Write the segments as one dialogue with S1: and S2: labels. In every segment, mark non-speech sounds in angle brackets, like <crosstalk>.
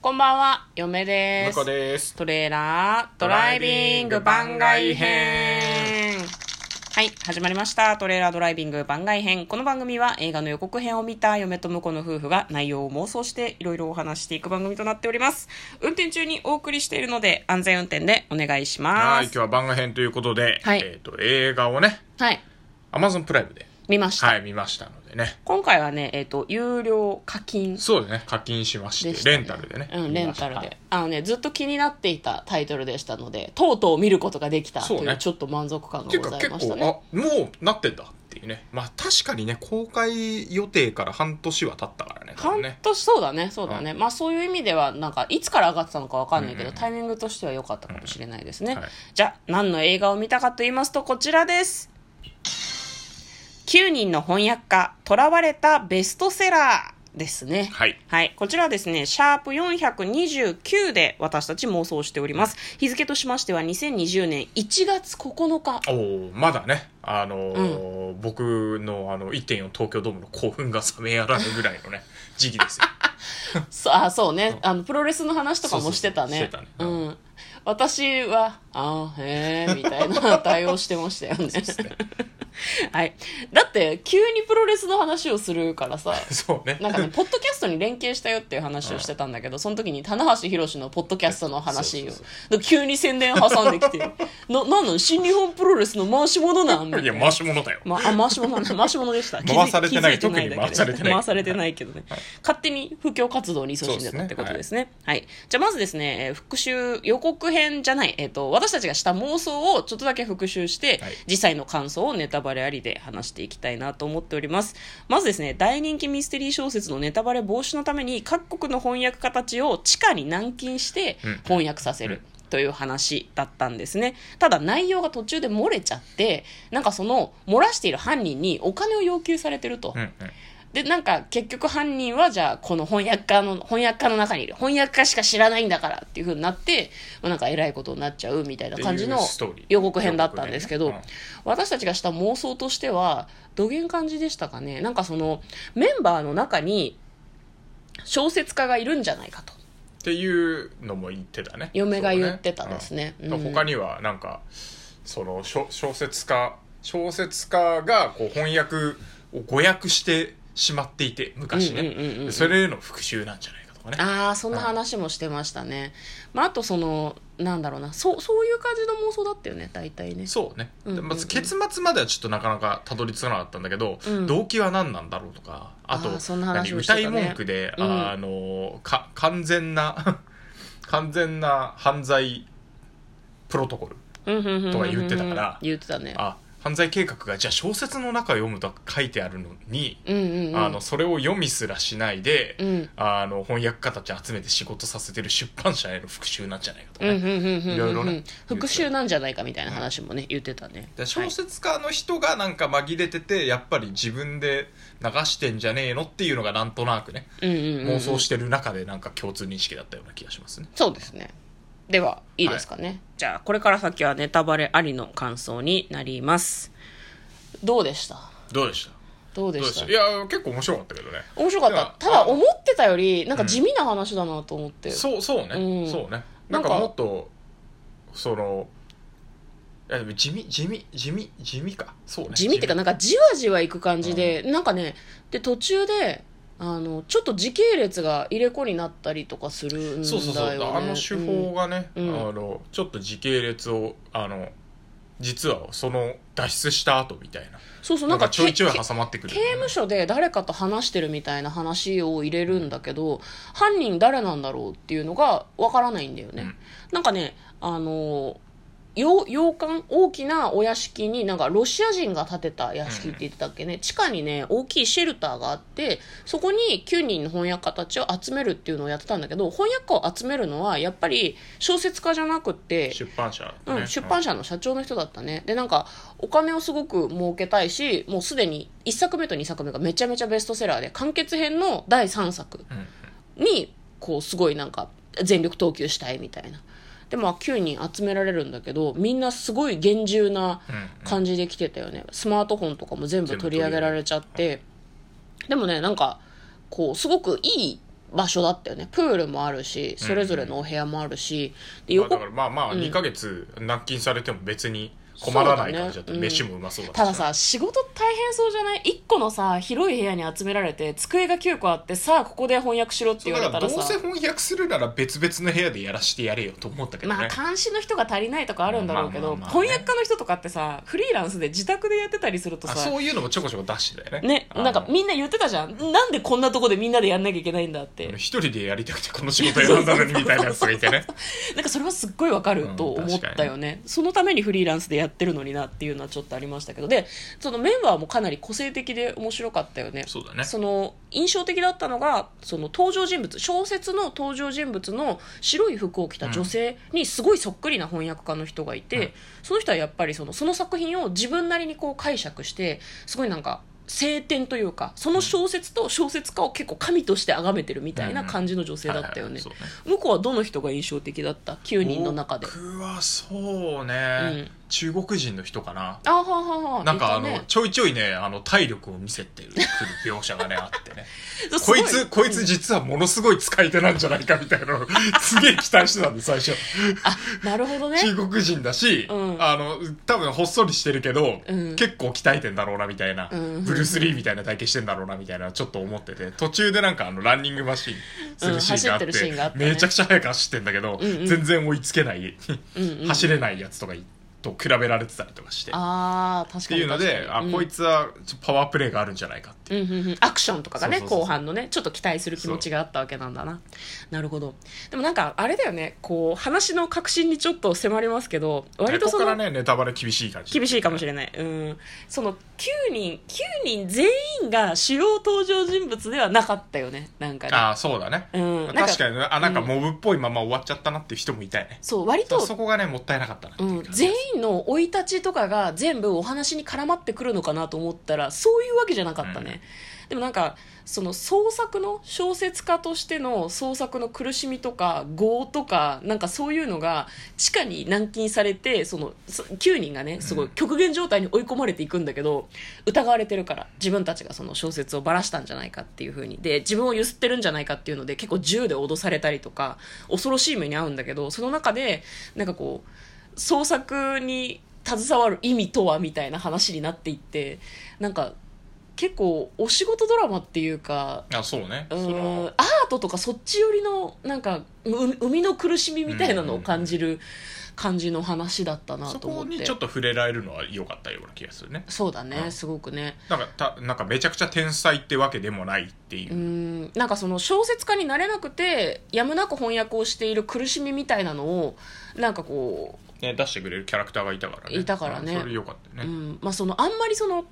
S1: こんばんは、嫁で
S2: 向
S1: す。
S2: こうです。
S1: トレーラードライビング番外編。はい、始まりました。トレーラードライビング番外編。この番組は映画の予告編を見た嫁と婿の夫婦が内容を妄想していろいろお話していく番組となっております。運転中にお送りしているので安全運転でお願いし
S2: は
S1: ま
S2: い、今
S1: す。
S2: 日は番外編ということで、
S1: はい
S2: えっ、と、映画をね、
S1: はい、
S2: Amazon プライムで、
S1: 見ました。
S2: はい、見ましたのでね。
S1: 今回はね、えっ、と、有料課金
S2: そうですね、課金しまして、
S1: でしたね
S2: レンタルでね。
S1: うん、レンタル
S2: 見まし
S1: で。あのね、ずっと気になっていたタイトルでしたので、とうとう見ることができたと
S2: そう
S1: いう
S2: ね
S1: ちょっと満足感が
S2: た。っていう
S1: ござ
S2: か
S1: い
S2: 結
S1: ました
S2: 構、
S1: ね。
S2: あ、もうなってんだっていうね。まあ確かにね、公開予定から半年は経ったからね、多
S1: 半
S2: 分ね。
S1: 年、そうだね、そうだね。まあそういう意味では、なんか、いつから上がってたのかわかんないけど、タイミングとしては良かったかもしれないですね。
S2: はい
S1: じゃあ、何の映画を見たかと言いますと、こちらです。9人の翻訳家、囚われたベストセラーですね。
S2: はい。
S1: はい。こちらはですね、シャープ429で私たち妄想しております。日付としましては2020年1月9日。
S2: おーまだね、あのー僕のあの1.4東京ドームの興奮が冷めやらぬぐらいのね、時期です
S1: <laughs>
S2: よ。
S1: そあ、そうね。あの、プロレスの話とかもしてた
S2: そう
S1: ね
S2: そうそうし。て
S1: う
S2: たね
S1: ん。私は、あーへーみたい <laughs> な対応してましたよね。はい。だって、急にプロレスの話をするからさ、
S2: そうね。 <laughs>
S1: なんかね、ポッドキャストに連携したよっていう話をしてたんだけど、その時に、棚橋宏のポッドキャストの話
S2: そう
S1: を
S2: そう、
S1: で急に宣伝挟んできて、な、なんなん新日本プロレスの回し者なんみた
S2: い
S1: い
S2: や、
S1: な。
S2: 回し物だよ。
S1: まあ、あ回し物なん <laughs> だ、回し物でした。
S2: 回されてない
S1: 気づ気づだけど
S2: 特に回されてない
S1: 回されてないけどね。勝手に布教活動に勤しんでたってことですね。はい、じゃあまずですね、えー復習、予告編じゃない、えっ、と、私たちがした妄想をちょっとだけ復習して、
S2: はい
S1: 実際の感想をネタバレありで話していきたいなと思っております。まずですね、大人気ミステリー小説のネタバレ防止のために、各国の翻訳家たちを地下に軟禁して
S2: うん
S1: 翻訳させる。という話だったんですね。ただ内容が途中で漏れちゃって、なんかその漏らしている犯人にお金を要求されてると
S2: うん。うん。
S1: で、なんか結局犯人はじゃあこの翻訳家の、翻訳家の中にいる。翻訳家しか知らないんだからっていう風になって、まあなんか偉いことになっちゃうみたいな感じの
S2: っていうストーリー
S1: 予告編だったんですけど、
S2: 予告編
S1: 私たちがした妄想としては、どげん感じでしたかね。なんかそのメンバーの中に小説家がいるんじゃないかと。
S2: っていうのも言ってたね
S1: 嫁が言ってたですね
S2: そう
S1: うん
S2: 他にはなんかその小小説家小説家がこう翻訳を誤訳してしまっていて昔ね、
S1: うんうんうんうん
S2: それへの復讐なんじゃないかとかね
S1: ああそんな話もしてましたね、まあ、あとそのなんだろうなそうそういう感じの妄想だったよね大体ね
S2: そうね、
S1: うんうんうん
S2: まず結末まではちょっとなかなかたどり着かなかったんだけど、
S1: うん
S2: 動機は何なんだろうとかあと
S1: あーそんな話
S2: 何
S1: もしてた
S2: 歌
S1: ね
S2: い文句で、
S1: うん
S2: あのか完全な <laughs> 完全な犯罪プロトコル
S1: と
S2: とか言ってたから
S1: 言ってたね
S2: あ犯罪計画がじゃあ小説の中を読むと書いてあるのに、
S1: うんうんうん
S2: あのそれを読みすらしないで、
S1: うん
S2: あの翻訳家たち集めて仕事させてる出版社への復讐なんじゃないかとかね、
S1: うんうんうんうんうん
S2: いろいろね
S1: 復讐なんじゃないかみたいな話もね言ってたね
S2: で小説家の人がなんか紛れててやっぱり自分で流してんじゃねえのっていうのがなんとなくね、
S1: 妄
S2: 妄想してる中でなんか共通認識だったような気がしますね。
S1: そうですねではいいですかね、じゃあこれから先はネタバレありの感想になりますどうでした
S2: どうでした
S1: どう
S2: ど
S1: で
S2: うで
S1: し
S2: したたいや結構面白かったけどね
S1: 面白かっ
S2: い
S1: た
S2: や
S1: ただ
S2: あ
S1: 思ってたよりなんか地味な話だなと思って、
S2: そうそうね、
S1: うん
S2: そうね
S1: な
S2: なんん
S1: か
S2: かもっとそのいやでも地味地味地味地味かそうね
S1: 地味っていうかなんかじわじわいく感じで、なんかねで途中であのちょっと時系列が入れ子になったりとかするんだよね
S2: そうそうそう、あの手法がね、
S1: うんうん
S2: あのちょっと時系列をあの実はその脱出した後みたいな
S1: そうそうな
S2: な
S1: んん
S2: か
S1: か
S2: ちょいちょい
S1: け
S2: 挟まってくる
S1: 刑務所で誰かと話してるみたいな話を入れるんだけど犯人誰なんだろうっていうのがわからないんだよね、
S2: うん
S1: なんかねあの洋洋館大きなお屋敷になんかロシア人が建てた屋敷って言ってたっけね、地下にね大きいシェルターがあってそこに9人の翻訳家たちを集めるっていうのをやってたんだけど翻訳家を集めるのはやっぱり小説家じゃなくって
S2: 出版社、ね
S1: うん、出版
S2: 社
S1: 社の社長の人だったねでなんかお金をすごく儲けたいしもうすでに1作目と2作目がめちゃめちゃベストセラーで完結編の第3作
S2: うんうん
S1: にこうすごいなんか全力投球したいみたいなでまあ9人集められるんだけどみんなすごい厳重な
S2: うん
S1: 感じで来てたよねスマートフォンとかも全部取り上げられちゃってでもねなんかこうすごくいい場所だったよねプールもあるしそれぞれのお部屋もあるし、で
S2: ま
S1: 横
S2: あだからまあまあ2ヶ月軟禁されても別に困らない感じだった、
S1: そうだねうん
S2: 飯もうまそうだ
S1: たださ仕事大変そうじゃない1個のさ広い部屋に集められて机が9個あってさあここで翻訳しろって言わ
S2: だ
S1: れ
S2: か
S1: た
S2: らど
S1: ら
S2: う
S1: さ
S2: せ翻訳するなら別々の部屋でやらしてやれよと思ったけど
S1: まあ
S2: ね、
S1: 監視の人が足りないとかあるんだろうけど、
S2: まあまあまあね
S1: 翻訳家の人とかってさフリーランスで自宅でやってたりすると
S2: あ
S1: さ
S2: そういうのもちょこちょこ出してたよね
S1: ね、
S2: あの
S1: なんかみんな言ってたじゃんなんでこんなとこでみんなでやんなきゃいけないんだって
S2: 一人でやりたくてこの仕事選んだのにみたいなやつがいてね
S1: なんかそれはすっごいわかると思ったよね,、そのためにフリーランスでやってるのになっていうのはちょっとありましたけどでそのメンバーもかなり個性的で面白かったよね
S2: そうだね
S1: <laughs> その印象的だったのがその登場人物小説の登場人物の白い服を着た女性にすごいそっくりな翻訳家の人がいて、
S2: うん
S1: その人はやっぱりそのその作品を自分なりにこう解釈してすごいなんか晴天というかその小説と小説家を結構神として崇めてるみたいな感じの女性だったよ
S2: はいは
S1: ね
S2: いそうね
S1: 向こうはどの人が印象的だった9人の中で
S2: 僕はそうね、
S1: うん
S2: 中国人の人かな
S1: あははは
S2: なんかあの、
S1: いたね
S2: ちょいちょいねあの体力を見せてくる描写がねあってね
S1: そう <laughs> す
S2: こ
S1: ご
S2: いつこいつ実はものすごい使い手なんじゃないかみたいなのをすげえ期待してたんで最初
S1: なるほどね
S2: 中国人だし、
S1: うん
S2: あの多分ほっそりしてるけど、
S1: うん
S2: 結構鍛えてんだろうなみたいな、
S1: うん
S2: ブルース・リーみたいな体型してんだろうなみたいなちょっと思ってて途中でなんかあのランニングマシーンするシーンがあって,、
S1: うん走ってるシーンがあったね
S2: めちゃくちゃ速く走ってんだけど、
S1: うんうん
S2: 全然追いつけない、
S1: うんうん
S2: 走れないやつとかいと比べられてたりとかして。
S1: あー確
S2: っ
S1: か
S2: て
S1: に
S2: いうので、あ、こい
S1: つ
S2: つはちょパワープレイがあるんじゃないかって。
S1: うんうんうん、アクションとかがね
S2: そうそうそう
S1: 後半のねちょっと期待する気持ちがあったわけなんだななるほどでもなんかあれだよねこう話の核心にちょっと迫りますけど割と
S2: こ
S1: そ
S2: こ
S1: の
S2: からね、ネタバレ厳しい感じ。
S1: 厳しいかもしれない、うん、その9人9人全員が主要登場人物ではなかったよねなんかね
S2: ああ、そうだね。
S1: うんなんか
S2: 確かにね、あ、なんかモブっぽいまま終わっちゃったなっていう人もいたよね。
S1: そう割
S2: そ
S1: と
S2: うそこがね、もったいなかったなって
S1: う、
S2: いうん感じ
S1: 全員の生い立ちとかが全部お話に絡まってくるのかなと思ったらそういうわけじゃなかったね、でもなんかその創作の小説家としての創作の苦しみとか業とかなんかそういうのが地下に軟禁されてそのそ9人がねすごい極限状態に追い込まれていくんだけど疑われてるから自分たちがその小説をばらしたんじゃないかっていう風にで自分をゆすってるんじゃないかっていうので結構銃で脅されたりとか恐ろしい目に遭うんだけどその中でなんかこう創作に携わる意味とはみたいな話になっていってなんか結構お仕事ドラマっていうか
S2: あ、そうね。
S1: う
S2: そ
S1: ーんアー
S2: の
S1: トとかそっち寄りのなんかう生みの苦しみみたいなのを感じる感じの話だったな
S2: そ
S1: と思
S2: こ
S1: って
S2: にちょっと触れられるのは良かったような気がするね。
S1: そうだね、
S2: うん
S1: すごくね
S2: なんか、たなんかめちゃくちゃ天才ってわけでもないっていうう。
S1: んなんかその小説家になれなくてやむなく翻訳をしている苦しみみたいなのをなんかこう
S2: ね、出してくれるキャラクターがいたからね。
S1: いたからね
S2: うんそれ良かったよ
S1: う
S2: ね。
S1: んまあ、そのあんまりその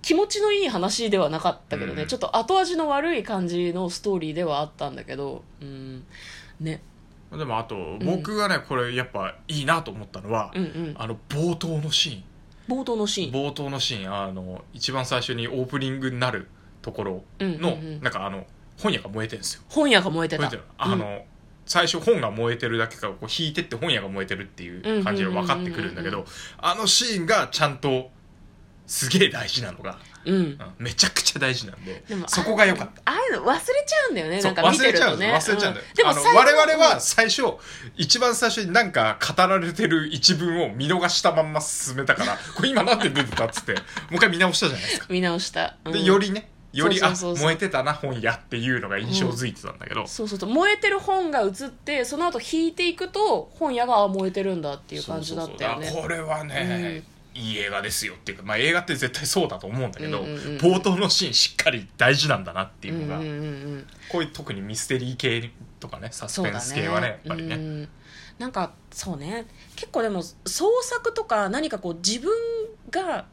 S1: 気持ちのいい話ではなかったけどね、
S2: うん
S1: ちょっと後味の悪い感じのストーリーではあったんだけど、うん、ね
S2: でもあと、僕がね、これやっぱいいなと思ったのは
S1: う、んうん
S2: あの、冒頭のシーン。
S1: 冒頭のシーン
S2: 冒頭のシーンあの一番最初にオープニングになるところ
S1: う
S2: の、
S1: んうんうん
S2: なんかあの本屋が燃えてるんですよ
S1: 本屋が燃えて
S2: 燃
S1: た
S2: えてるあの、最初本が燃えてるだけからこう引いてって本屋が燃えてるっていう感じが分かってくるんだけ
S1: う
S2: どあのシーンがちゃんとすげえ大事なのが、
S1: うん、うん
S2: うんめちゃくちゃ大事なんで
S1: でも
S2: そこが良かった
S1: ああいうの忘れちゃうんだよね
S2: そ
S1: な
S2: うん
S1: か見
S2: 忘
S1: て
S2: れ
S1: る
S2: ちゃ
S1: と
S2: うんだ
S1: ね
S2: よ忘れちゃうんだよ
S1: んでも
S2: あの
S1: 最後
S2: 我々は最初一番最初になんか語られてる一文を見逃したまんま進めたから
S1: <laughs>
S2: これ今なんて出てたっつってもう一回見直したじゃないですか
S1: 見直した、うん
S2: でよりねより
S1: そうそうそうそう
S2: あ燃えてたな本屋っていうのが印象づいてたんだけど、
S1: そうそうそう燃えてる本が映ってその後引いていくと本屋があ燃えてるんだっていう感じだったよね
S2: そうそうそうだからこれはね、いい映画ですよっていうか、まあ、映画って絶対そうだと思うんだけど、
S1: うんうんうんうん
S2: 冒頭のシーンしっかり大事なんだなっていうのが、
S1: うんうんうんうん
S2: こういう特にミステリー系とかねサス
S1: そう
S2: ペ
S1: だね
S2: ンス系はねやっぱりね
S1: うんなんかそうね結構でも創作とか何かこう自分が、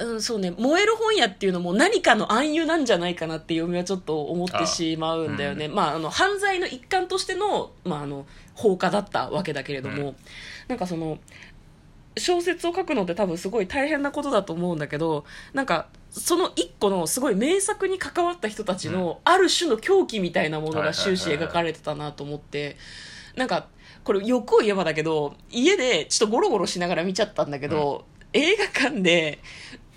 S1: うん、そうね燃える本屋っていうのも何かの暗喩なんじゃないかなって読みはちょっと思ってしまうんだよねまああの犯罪の一環としての,、まあ、あの放火だったわけだけれども、
S2: う
S1: なんかその小説を書くのって多分すごい大変なことだと思うんだけどなんかその一個のすごい名作に関わった人たちのある種の狂気みたいなものが終始描かれてたなと思ってなんかこれ欲を言えばだけど家でちょっとゴロゴロしながら見ちゃったんだけど、映画館で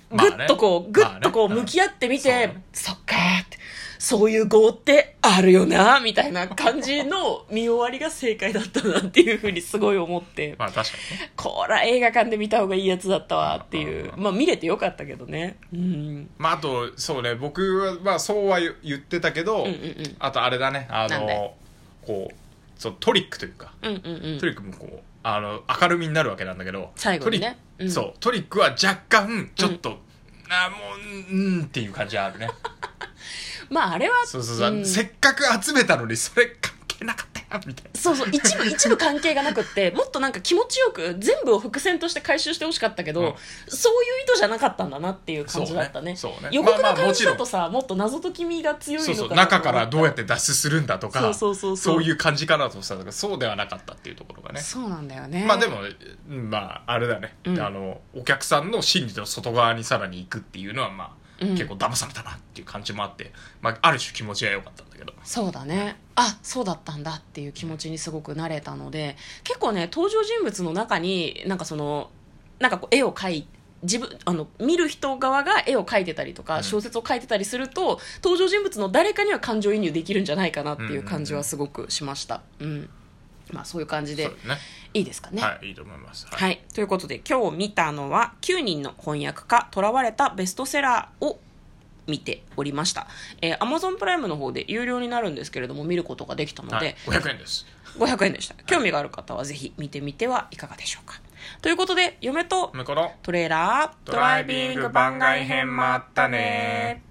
S1: ぐ
S2: まあね
S1: っとこう、ぐっとこう
S2: まあね
S1: 向き合ってみて、
S2: うん
S1: そっかーってそういう業ってあるよな、みたいな感じの見終わりが正解だったなっていうふうにすごい思って、
S2: まあ確かにね
S1: こら映画館で見た方がいいやつだったわっていう
S2: う。ん
S1: まあ見れてよかったけどね。うん。
S2: まああとそうね僕はまあそうは言言ってたけど、
S1: うんうんうん
S2: あとあれだねあ
S1: なんで
S2: のこうそうトリックというか
S1: うんうんうん
S2: ト。リックもこうあの明るみになるわけなんだけど
S1: 最後にね
S2: トリック
S1: うん
S2: そうトリックは若干ちょっと、あもううんっていう感じはあるね
S1: まああれは、
S2: そうそうそう、
S1: うん
S2: せっかく集めたのにそれ関係なかったよみたい
S1: そうそう、一
S2: <laughs>
S1: 部、一部関係がなくって、もっとなんか気持ちよく全部を伏線として回収してほしかったけど、
S2: うん
S1: そういう意図じゃなかったんだなっていう感じだったね。
S2: そうねそうね
S1: 予告
S2: まあ
S1: の
S2: まあ
S1: 感じだ
S2: も
S1: とさ、もっと謎解き味が強
S2: ないそうそ
S1: の
S2: う
S1: かなと思
S2: 中からどうやって脱出するんだとか
S1: そうそうそうそう
S2: いう感じかなとしたんだけどそうではなかったっていうところがね
S1: そうなんだよね。
S2: まあでも、うんまああれだね、
S1: うん
S2: あのお客さんの心理の外側にさらに行くっていうのはまあ、
S1: うん
S2: 結構騙されたなっていう感じもあって、まあ、ある種気持ちは良かったんだけど
S1: そうだねあそうだったんだっていう気持ちにすごくなれたので結構ね登場人物の中になんかそのなんかこう絵を描い自分あの見る人側が絵を描いてたりと
S2: う
S1: か
S2: ん
S1: 小説を書いてたりすると、登場人物の誰かには感情移入できるんじゃないかなっていう感じはすごくしました、うんまあ、そういう感じ
S2: そ
S1: で
S2: うだね
S1: いいですかね。
S2: はいいいと思いますはい
S1: はい、ということで今日見たのは9人の翻訳家「囚われたベストセラー」を見ておりました、えー、Amazon プライムの方で有料になるんですけれども見ることができたの
S2: は
S1: で、
S2: い、500円です
S1: 500円でした興味がある方はぜひ見てみてはいかがでしょうかということで嫁と
S2: 向こうの
S1: トレーラード
S2: ドライビング番外編もあったね